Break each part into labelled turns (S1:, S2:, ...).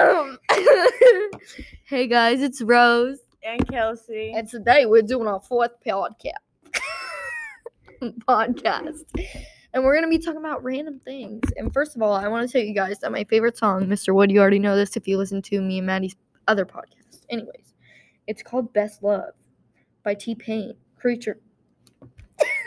S1: Um, hey guys, it's Rose,
S2: and Kelsey.
S1: and today we're doing our fourth podcast. podcast, and we're gonna be talking about random things. And first of all, I want to tell you guys that my favorite song, Mr. Wood, you already know this if you listen to me and Maddie's other podcast. Anyways, it's called Best Love by T Pain, creature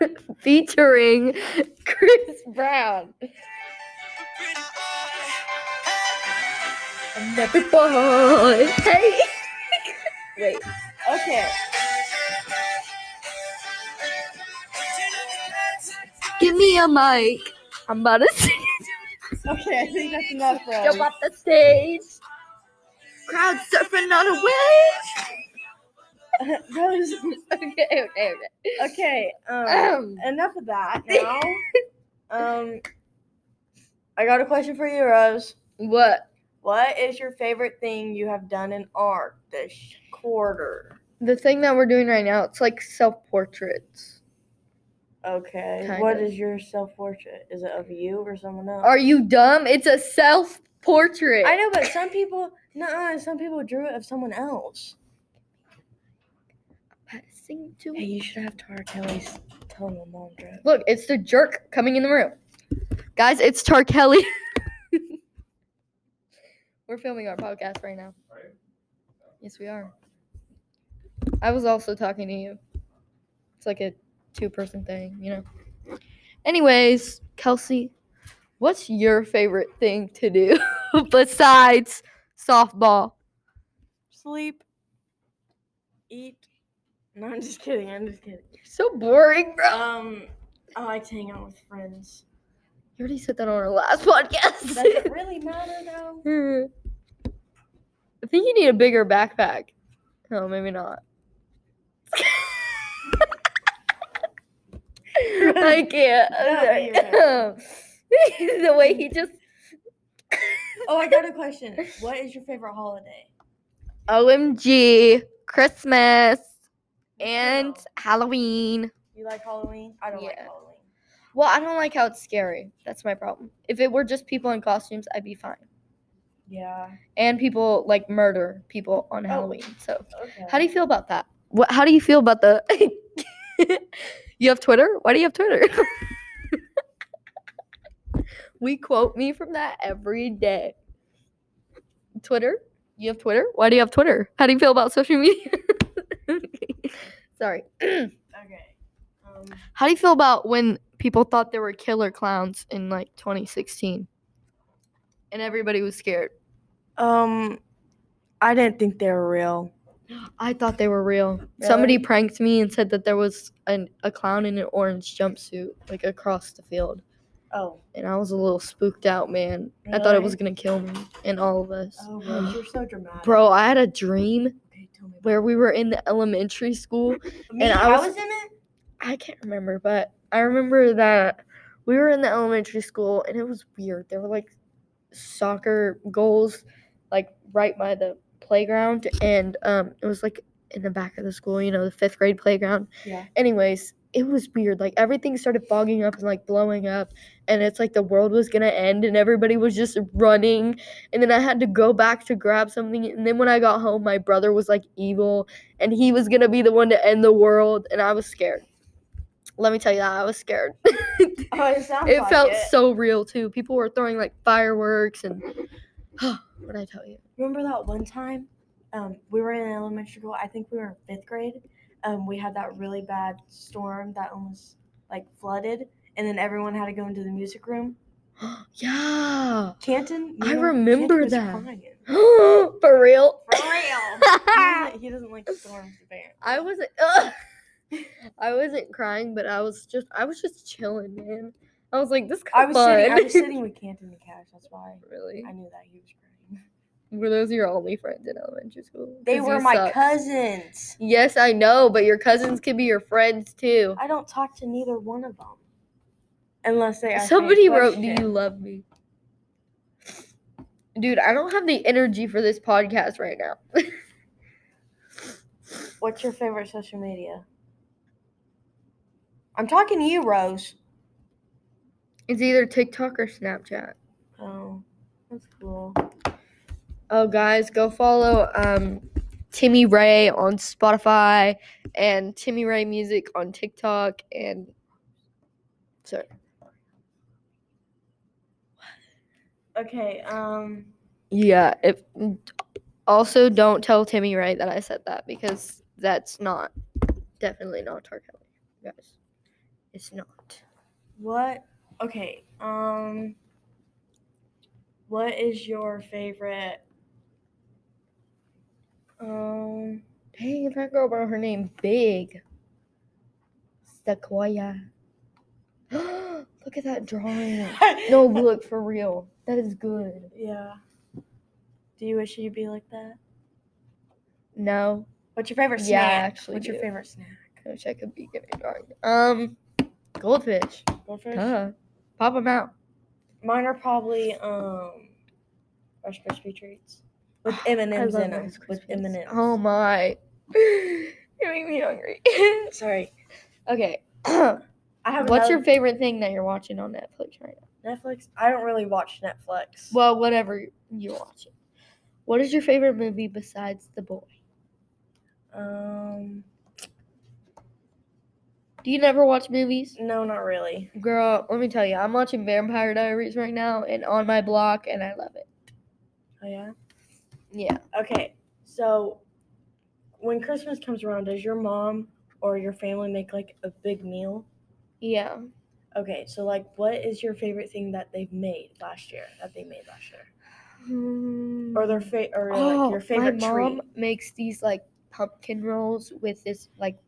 S1: featuring Chris Brown. Another boy. Hey.
S2: Wait. Okay.
S1: Give me a mic. I'm about to sing.
S2: Okay, I think that's enough,
S1: Jump
S2: Rose.
S1: off the stage. Crowd surfing on a wave.
S2: Rose.
S1: Okay, okay, okay.
S2: Okay. Um,
S1: Um,
S2: enough of that now. Um, I got a question for you, Rose.
S1: what?
S2: What is your favorite thing you have done in art this quarter?
S1: The thing that we're doing right now, it's like self portraits.
S2: Okay.
S1: Kind
S2: What
S1: of.
S2: is your self portrait? Is it of you or someone else?
S1: Are you dumb? It's a self portrait.
S2: I know, but some people, no, some people drew it of someone else.
S1: Passing to
S2: Hey, you should have Tara Kelly's tell my mom drew it.
S1: Look, it's the jerk coming in the room. Guys, it's Tar Kelly. We're filming our podcast right now. Yes, we are. I was also talking to you. It's like a two person thing, you know. Anyways, Kelsey, what's your favorite thing to do besides softball?
S2: Sleep, eat. No, I'm just kidding. I'm just kidding.
S1: You're so boring, bro.
S2: Um, I like to hang out with friends.
S1: You already said that on our last
S2: Does
S1: podcast.
S2: it really matter though?
S1: I Hmm. think you need a bigger backpack. No, maybe not. I can't.
S2: No,
S1: I'm
S2: you're
S1: sorry. the way he just
S2: Oh, I got a question. What is your favorite holiday?
S1: OMG Christmas and
S2: No.
S1: Halloween.
S2: you like Halloween? I don't like
S1: Yeah.
S2: Halloween.
S1: Well, I don't like how it's scary. That's my problem. If it were just people in costumes, I'd be fine.
S2: Yeah.
S1: And people like murder people on Halloween. So
S2: Okay.
S1: How do you feel about that? What? How do you feel about the? you have Twitter? Why do you have Twitter? we quote me from that every day. Twitter? You have Twitter? Why do you have Twitter? How do you feel about social media? Sorry.
S2: Okay. Um,
S1: How do you feel about when people thought there were killer clowns in like 2016? And everybody was scared.
S2: um, I didn't think they were real.
S1: I thought they were real. Somebody
S2: Really?
S1: pranked me and said that there was an, a clown in an orange jumpsuit, like across the field.
S2: Oh.
S1: And I was a little spooked out, man. I thought it
S2: Really?
S1: was going to kill me and all of us.
S2: Oh, Rose, you're so dramatic.
S1: Bro, I had a dream
S2: Okay, tell me. about
S1: where we were in the elementary school.
S2: it. Me,
S1: I
S2: I
S1: was-
S2: was in it.
S1: I can't remember, but I remember that we were in the elementary school and it was weird. There were like soccer goals like right by the playground and um it was like in the back of the school, you know, the 5th grade playground.
S2: Yeah.
S1: Anyways, it was weird. Like everything started fogging up and like blowing up and it's like the world was going to end and everybody was just running and then I had to go back to grab something and then when I got home my brother was like evil and he was going to be the one to end the world and I was scared. Let me tell you that I was scared.
S2: Oh, it sounds
S1: it
S2: like
S1: felt
S2: it.
S1: so real too. People were throwing like fireworks and what did I tell you?
S2: Remember that one time um, we were in elementary school? I think we were in fifth grade. Um, we had that really bad storm that almost like flooded, and then everyone had to go into the music room.
S1: yeah.
S2: Canton,
S1: I remember
S2: was
S1: that.
S2: crying.
S1: For real?
S2: For real. He doesn't- he doesn't like storms, apparently.
S1: I wasn't ugh. I wasn't crying, but I was just I was just chilling, man. I was like this kind
S2: I
S1: of
S2: was
S1: fun.
S2: sitting. I was sitting with Canton and Cash. That's why
S1: really?
S2: I knew that he was crying.
S1: Were those your only friends in elementary school?
S2: They
S1: 'Cause
S2: were
S1: you
S2: my
S1: suck.
S2: cousins.
S1: Yes, I know, but your cousins could be your friends too.
S2: I don't talk to neither one of them, unless they ask me a
S1: Somebody wrote, "Do
S2: question.
S1: you love me?" Dude, I don't have the energy for this podcast right now.
S2: What's your favorite social media? I'm talking to you, Rose.
S1: It's either TikTok or Snapchat.
S2: Oh, that's cool.
S1: Oh, guys, go follow um, Timmy Ray on Spotify and Timmy Ray Music on TikTok and. Sorry.
S2: Okay. Um.
S1: Yeah. If, also, don't tell Timmy Ray that I said that because that's not. Definitely not Tarkelly, guys. It's not.
S2: What? Okay. Um. What is your favorite? Um.
S1: Dang, that girl wrote her name big. Sequoia. look at that drawing. No, look for real. That is good.
S2: Yeah. Do you wish you'd be like that?
S1: No,
S2: What's your favorite
S1: Yeah, I
S2: snack?
S1: actually
S2: What's your
S1: do.
S2: favorite snack?
S1: I wish I could be good at drawing. Um, goldfish.
S2: Goldfish.
S1: Duh. Pop them out.
S2: Mine are probably um, Rice Krispie treats with M and
S1: I
S2: M's
S1: love
S2: in them.
S1: Rice
S2: With
S1: Krispies.
S2: M and M's.
S1: Oh my. You're making me hungry.
S2: sorry.
S1: okay.
S2: I have.
S1: What's your
S2: another-
S1: favorite thing that you're watching on Netflix right now?
S2: Netflix? I don't really watch Netflix.
S1: Well, whatever you're watching. What is your favorite movie besides The Boy?
S2: um,
S1: Do you never watch movies?
S2: no, not really.
S1: Girl, let me tell you, I'm watching Vampire Diaries right now and on my block, and I love it.
S2: Oh yeah.
S1: Yeah.
S2: Okay, so when Christmas comes around, does your mom or your family make like a big meal?
S1: Yeah.
S2: Okay, so like, what is your favorite thing that they've made last year? That they made last year, or their fa- or like your favorite
S1: Oh, my mom
S2: treat?
S1: makes these like pumpkin rolls with this like,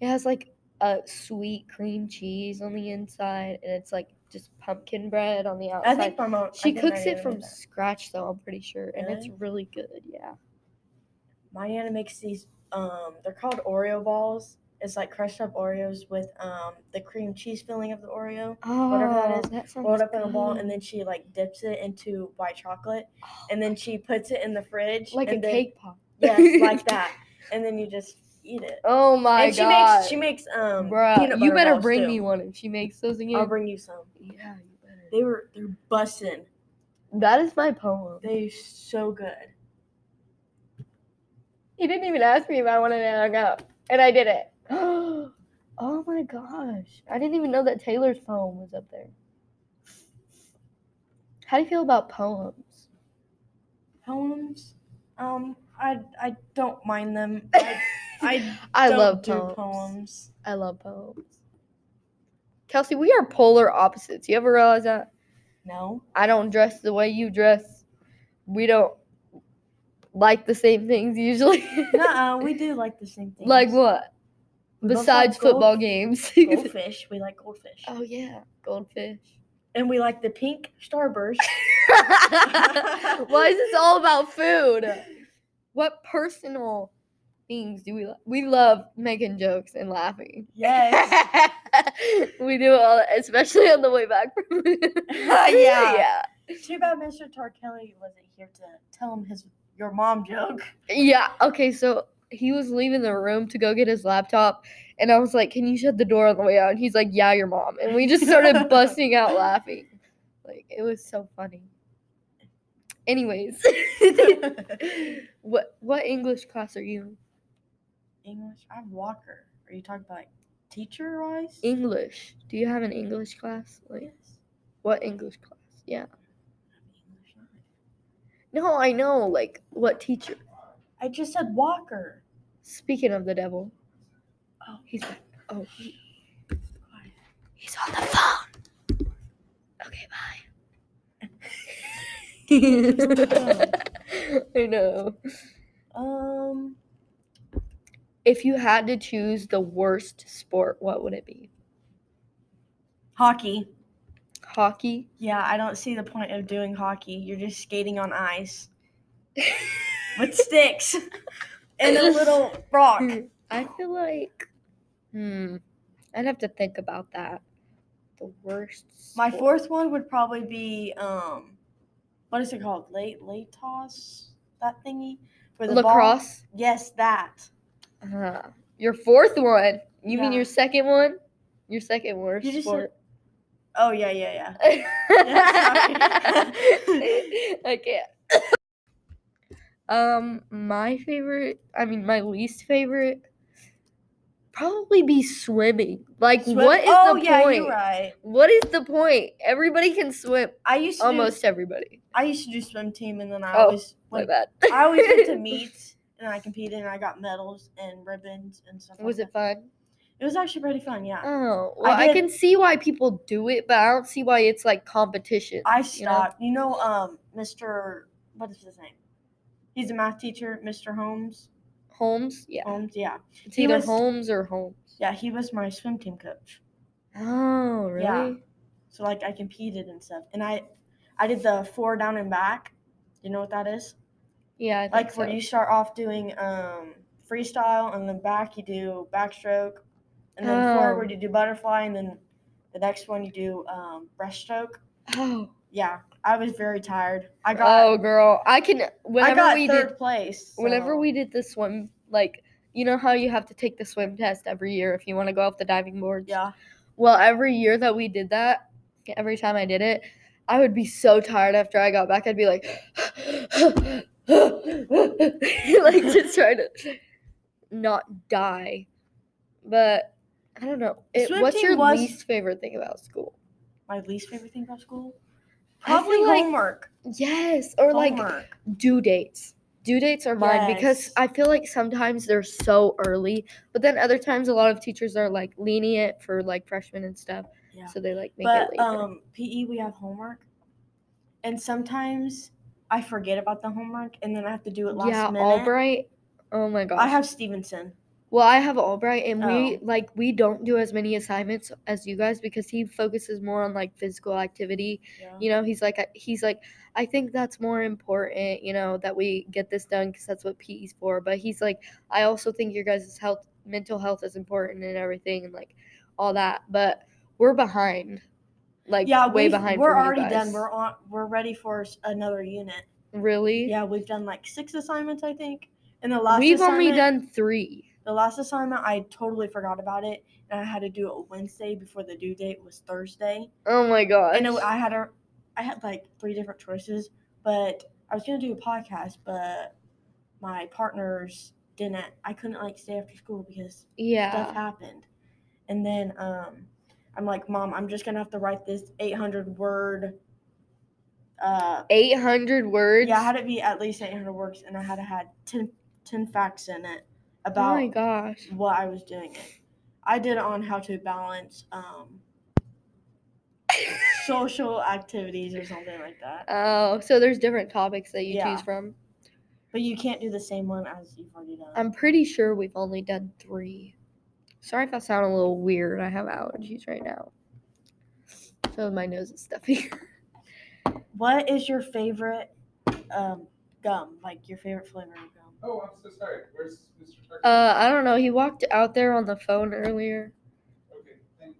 S1: it has like a sweet cream cheese on the inside, and it's like just pumpkin bread on the
S2: I
S1: outside.
S2: think my mom. I
S1: she
S2: think my
S1: cooks
S2: nana
S1: it from
S2: made that.
S1: scratch, though. I'm pretty sure, and it's
S2: Really?
S1: really good. Yeah.
S2: My nana makes these. Um, they're called Oreo balls. It's like crushed up Oreos with um the cream cheese filling of the Oreo.
S1: Oh,
S2: that is,
S1: that sounds
S2: rolled up in a ball,
S1: good. Oh
S2: and then she like dips it into white chocolate, and then she puts it in the fridge,
S1: like a
S2: and then,
S1: cake pop.
S2: Yes, like that. And then you just eat it.
S1: Oh my
S2: and she
S1: god.
S2: makes she makes um peanut
S1: Bruh, you
S2: butter
S1: better
S2: balls,
S1: bring
S2: too.
S1: me one if she makes those again.
S2: I'll bring you some.
S1: yeah, you better.
S2: They were they're bussin'.
S1: That is my poem.
S2: They so good.
S1: He didn't even ask me if I wanted to hang out, and I did it. oh my gosh. I didn't even know that Taylor's poem was up there. How do you feel about poems?
S2: Poems. Um, I I don't mind them. I, I
S1: I
S2: don't
S1: love
S2: do
S1: poems.
S2: poems.
S1: I love poems. Kelsey, we are polar opposites. You ever realize that?
S2: No.
S1: I don't dress the way you dress. We don't like the same things usually.
S2: Nuh-uh, we do like the same things.
S1: Like what?
S2: We both like
S1: Besides
S2: gold-
S1: football games.
S2: Goldfish. We like goldfish.
S1: oh yeah, goldfish.
S2: And we like the pink starburst.
S1: Why is this all about food? What personal things do we love? We love making jokes and laughing.
S2: Yes.
S1: we do all that, especially on the way back from
S2: Yeah.
S1: yeah.
S2: Too bad Mr. Tarkelly wasn't here to tell him his your mom joke.
S1: Yeah. Okay, so he was leaving the room to go get his laptop and I was like, Can you shut the door on the way out? And he's like, Yeah, your mom. And we just started busting out laughing. Like it was so funny. Anyways. what what English class are you in?
S2: English. I'm Walker. Are you talking about like, teacher wise?
S1: English. Do you have an English class? Like what English class? Yeah. No, I know. Like what teacher?
S2: I just said Walker.
S1: Speaking of the devil,
S2: Oh,
S1: he's back. Oh, he-
S2: quiet.
S1: he's on the phone. Okay, bye. I know.
S2: Um,
S1: If you had to choose the worst sport, what would it be?
S2: hockey.
S1: Hockey.
S2: Yeah, I don't see the point of doing hockey. You're just skating on ice with sticks and a little rock.
S1: Hmm, I feel like, hmm, I'd have to think about that. The worst.
S2: My
S1: sport.
S2: fourth one would probably be um, what is it called? Late late toss that thingy for the ball?
S1: lacrosse.
S2: Yes, that.
S1: Uh, your fourth one. You mean
S2: Yeah.
S1: your second one? Your second worst
S2: You just said-
S1: sport.
S2: Oh yeah, yeah, yeah.
S1: I can't. Um, my favorite, I mean, my least favorite, probably be swimming. Like,
S2: Swim-
S1: what is
S2: oh,
S1: the
S2: yeah,
S1: point?
S2: you're right.
S1: What is the point? Everybody can swim.
S2: I used to
S1: Almost everybody.
S2: Do, I used to do swim team, and then I
S1: Oh,
S2: always
S1: My
S2: went,
S1: bad.
S2: I always went to meets, and I competed, and I got medals and ribbons and stuff.
S1: Was
S2: like
S1: it fun?
S2: That. It was actually pretty fun. Yeah.
S1: Oh, well, I,
S2: did-
S1: can see why people do it, but I don't see why it's like competition.
S2: I
S1: you know?
S2: stopped. You know, um, Mr. What is his name? He's a math teacher, Mr. Holmes.
S1: Holmes, yeah,
S2: Holmes, yeah,
S1: it's
S2: he
S1: either
S2: was-
S1: Holmes or Holmes.
S2: yeah. He was my swim team coach,
S1: Oh, really?
S2: Yeah. so like I competed and stuff, and I, I did the four down and back. You know what that is?
S1: Yeah, I think
S2: Like
S1: so.
S2: where you start off doing um freestyle, and then back you do backstroke, and then
S1: Oh.
S2: forward you do butterfly, and then the next one you do um breaststroke.
S1: Oh,
S2: Yeah, I was very tired. I got
S1: oh, girl, I can.
S2: I
S1: Whenever
S2: got
S1: we
S2: third
S1: did,
S2: place.
S1: whenever
S2: so-
S1: we did the swim, like you know how you have to take the swim test every year if you want to go off the diving boards.
S2: yeah.
S1: Well, every year that we did that, every time I did it, I would be so tired after I got back. I'd be like, like just trying to not die. But I don't know.
S2: The
S1: It-
S2: swim
S1: what's
S2: team
S1: your
S2: was-
S1: least favorite thing about school?
S2: my least favorite thing about school?
S1: I
S2: Probably
S1: feel like-
S2: homework.
S1: Yes, or like
S2: homework.
S1: due dates. Due dates are mine because
S2: Yes.
S1: I feel like sometimes they're so early, but then other times a lot of teachers are like lenient for like freshmen and stuff,
S2: Yeah.
S1: so they like make it
S2: but
S1: later.
S2: um, PE we have homework, and sometimes I forget about the homework, and then I have to do it last
S1: yeah,
S2: minute.
S1: Albright. Oh my gosh.
S2: I have Stevenson.
S1: well, I have Albright, and we
S2: Oh.
S1: like we don't do as many assignments as you guys because he focuses more on like physical activity.
S2: Yeah.
S1: You know, he's like I- he's like I think that's more important. You know that we get this done because that's what PE's for. But he's like I also think your guys' health, mental health is important and everything and like all that. But we're behind, like
S2: yeah,
S1: way
S2: we've-
S1: behind.
S2: We're
S1: from you
S2: already done.
S1: guys.
S2: We're on. We're ready for s- another unit.
S1: really.
S2: Yeah, we've done like six assignments, I think. And the last
S1: We've
S2: assignment,
S1: only done three.
S2: the last assignment. I totally forgot about it, and I had to do it Wednesday before the due date was Thursday.
S1: Oh my gosh.
S2: I know I had a, I had like three different choices, but I was gonna do a podcast, but my partners didn't. I couldn't like stay after school because
S1: yeah.
S2: stuff happened, and then um, I'm like, Mom, I'm just gonna have to write this 800 word. Uh,
S1: 800 words.
S2: yeah, I had it be at least 800 words, and I had to had 10, 10 facts in it
S1: oh
S2: about
S1: my gosh.
S2: what I was doing it. I did it on how to balance um, social activities or something like that.
S1: Oh, so there's different topics that you
S2: Yeah.
S1: choose from.
S2: But you can't do the same one as you've already done.
S1: I'm pretty sure we've only done three. Sorry if I sound a little weird. I have allergies right now. So my nose is stuffy.
S2: what is your favorite um, gum? Like your favorite flavor of gum?
S3: Oh, I'm so sorry. Where's Mr. Tucker?
S1: Uh, I don't know. He walked out there on the phone earlier.
S3: okay,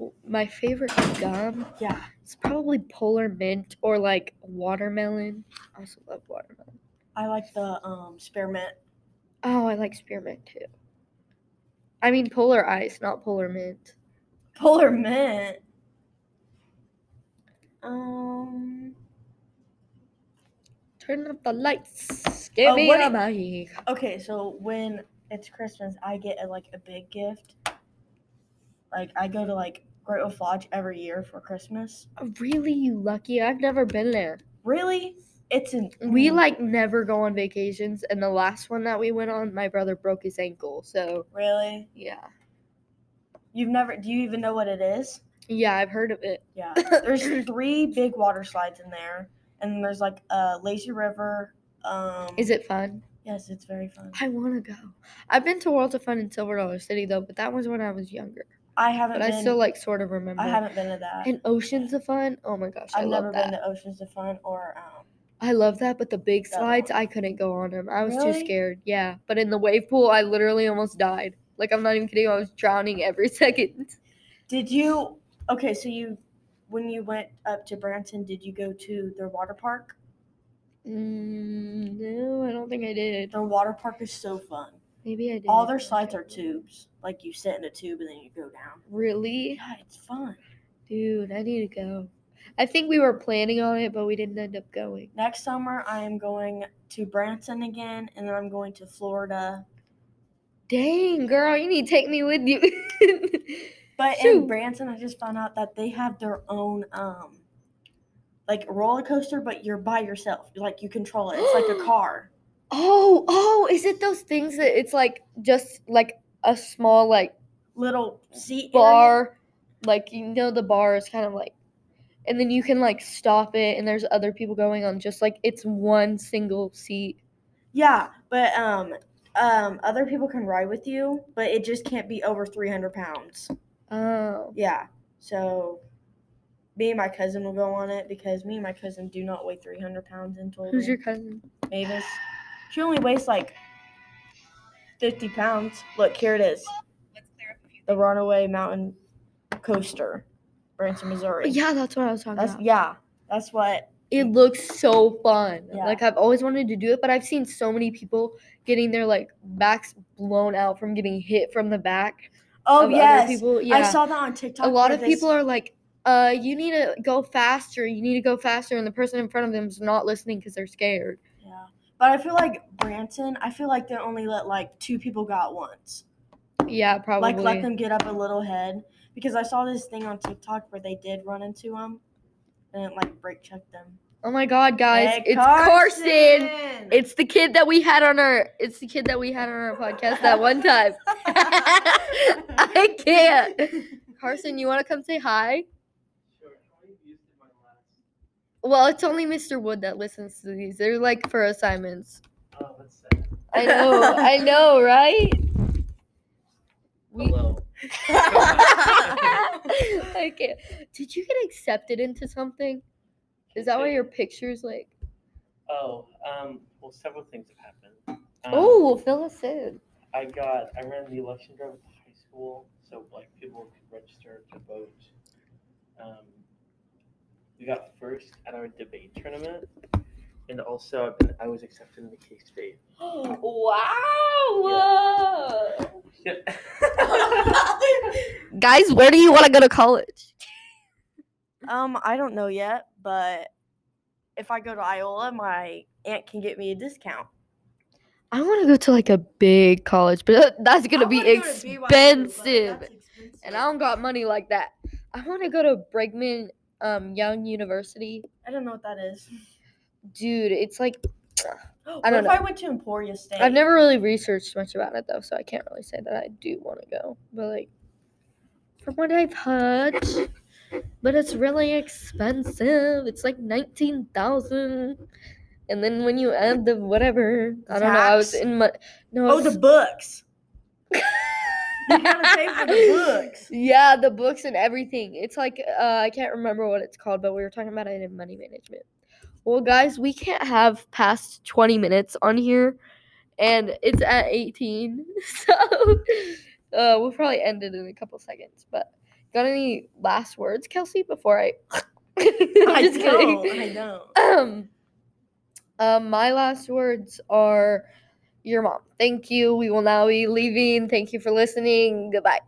S3: thank
S1: My favorite gum
S2: Yeah.
S1: is probably polar mint or like watermelon. I also love watermelon.
S2: I like the um, spearmint.
S1: Oh, I like spearmint too. I mean polar ice, not polar mint.
S2: Polar mint. Um.
S1: Turn up the lights. Give
S2: Oh,
S1: me
S2: what
S1: a
S2: do-
S1: mic.
S2: Okay, so when it's Christmas, I get a, like a big gift. Like I go to like Great Wolf Lodge every year for Christmas.
S1: Really, you lucky. I've never been there.
S2: Really, it's an
S1: We like never go on vacations, and the last one that we went on, my brother broke his ankle. So
S2: really.
S1: yeah,
S2: You've never? Do you even know what it is?
S1: yeah, I've heard of it.
S2: Yeah. There's three big water slides in there, and there's like a lazy river. Um,
S1: Is it fun?
S2: Yes, it's very fun.
S1: I want to go. I've been to World of Fun in Silver Dollar City though, but that was when I was younger.
S2: I haven't.
S1: But
S2: Been,
S1: I still like sort of remember.
S2: I haven't been to that.
S1: And Oceans of Fun. Oh my gosh, i
S2: I've
S1: love
S2: never
S1: that.
S2: been to Oceans of Fun or um,
S1: I love that, but the big
S2: That
S1: slides,
S2: one.
S1: I couldn't go on them. I was too
S2: Really?
S1: scared. Yeah, but in the wave pool, I literally almost died. Like I'm not even kidding. I was drowning every second.
S2: Did you? Okay, so you, when you went up to Branson, did you go to their water park?
S1: Mm, no, I don't think I did.
S2: Their water park is so fun.
S1: Maybe I did.
S2: All their slides are tubes. Like you sit in a tube and then you go down.
S1: Really,
S2: Yeah, it's fun.
S1: dude, I need to go. I think we were planning on it, but we didn't end up going.
S2: Next summer, I am going to Branson again, and then I'm going to Florida.
S1: Dang, girl, you need to take me with you.
S2: But
S1: Shoot.
S2: in Branson, I just found out that they have their own um, like roller coaster, but you're by yourself. Like you control it. It's like a car.
S1: oh, oh, is it those things that it's like just like a small like
S2: Little seat area.
S1: bar, like you know the bar is kind of like, and then you can like stop it, and there's other people going on. Just like it's one single seat.
S2: Yeah, but um, um, other people can ride with you, but it just can't be over 300 pounds.
S1: Oh,
S2: Yeah. So me and my cousin will go on it because me and my cousin do not weigh 300 pounds in total.
S1: who's your cousin?
S2: Mavis? She only weighs like 50 pounds. Look, here it is. The Runaway Mountain Coaster, Branson, Missouri.
S1: Yeah, that's what I was talking
S2: That's
S1: about.
S2: yeah. That's what
S1: It looks so fun.
S2: Yeah.
S1: Like I've always wanted to do it, but I've seen so many people getting their like backs blown out from getting hit from the back.
S2: Oh
S1: of other
S2: yes.
S1: people.
S2: I
S1: Yeah.
S2: saw that on TikTok.
S1: a lot
S2: where
S1: of
S2: this-
S1: people are like uh you need to go faster you need to go faster and the person in front of them is not listening because they're scared
S2: Yeah. But I feel like Branson, I feel like they only let like two people go at once.
S1: yeah probably
S2: like let them get up a little head because I saw this thing on TikTok where they did run into him and it like brake checked them.
S1: oh my god guys
S2: Hey,
S1: it's carson. it's the kid that we had on our it's the kid that we had on our podcast that one time i can't carson you want to come say hi well it's only mr wood that listens to these they're like for assignments
S4: Oh, that's sad.
S1: i know i know right we,
S4: Hello.
S1: I can't. Did you get accepted into something? Is that why your picture's like?
S4: Oh, um, well, several things have happened. Um,
S1: Oh, fill us in.
S4: I got, I ran the election drive at the high school, so like people could register to vote. Um, we got first at our debate tournament, and also I've been, I was accepted into K State.
S1: Wow!
S4: Yeah.
S1: Guys, where do you want to go to college?
S2: um, I don't know yet, but if I go to Iola, my aunt can get me a discount.
S1: I want to go to like a big college, but uh, that's gonna be expensive, and I don't got money like that. I want to go to Brigham um, Young University,
S2: I don't know what that is.
S1: dude. It's like
S2: What
S1: don't
S2: if
S1: know.
S2: I went to Emporia State?
S1: I've never really researched much about it though, so I can't really say that I do want to go. But like from what I've heard, but it's really expensive. It's like nineteen thousand, and then when you add the whatever, I don't know. I was
S2: Tax?
S1: in my no. I
S2: Oh, the
S1: was-
S2: books. You gotta pay for the books.
S1: Yeah, the books and everything. It's like uh, I can't remember what it's called, but we were talking about it in money management. Well, guys, we can't have past twenty minutes on here, and it's at eighteen, so uh, we'll probably end it in a couple seconds. But got any last words, Kelsey? Before I,
S2: I
S1: just
S2: don't.
S1: kidding.
S2: I don't.
S1: Um, um, my last words are your mom. Thank you. We will now be leaving. Thank you for listening. Goodbye.